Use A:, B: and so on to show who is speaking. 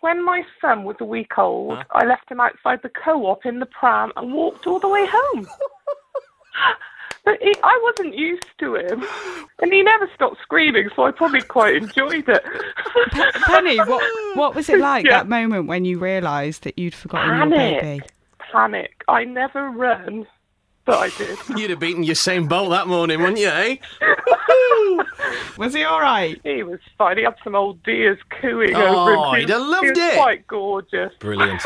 A: When my son was a week old, I left him outside the co-op in the pram and walked all the way home. but he, I wasn't used to him, and he never stopped screaming, so I probably quite enjoyed it.
B: Pe- Penny, what what was it like
A: Yeah.
B: that moment when you realised that you'd forgotten your
A: Panic.
B: baby?
A: Panic. I never run, but I did.
C: You'd have beaten Usain Bolt that morning, wouldn't you, eh?
B: Was he all right?
A: He was fine. He had some old deers cooing
C: Oh,
A: over him.
C: he'd have loved
A: he was
C: it.
A: quite gorgeous.
C: Brilliant.